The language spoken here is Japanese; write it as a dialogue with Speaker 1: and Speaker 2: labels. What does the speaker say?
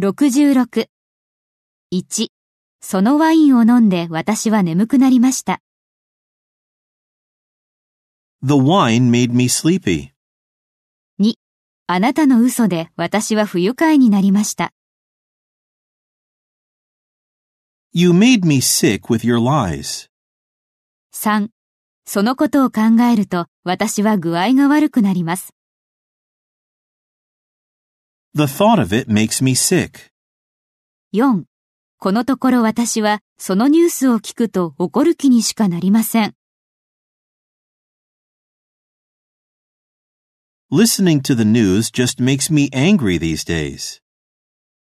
Speaker 1: 66。1、そのワインを飲んで私は眠くなりました。
Speaker 2: The wine made me sleepy.
Speaker 1: あなたの嘘で私は不愉快になりました。
Speaker 2: You made me sick with your lies.
Speaker 1: 3、そのことを考えると私は具合が悪くなります。
Speaker 2: The thought of it makes me sick.
Speaker 1: 4、このところ私はそのニュースを聞くと怒る気にしかなりません。
Speaker 2: Listening to the news just makes me angry these days.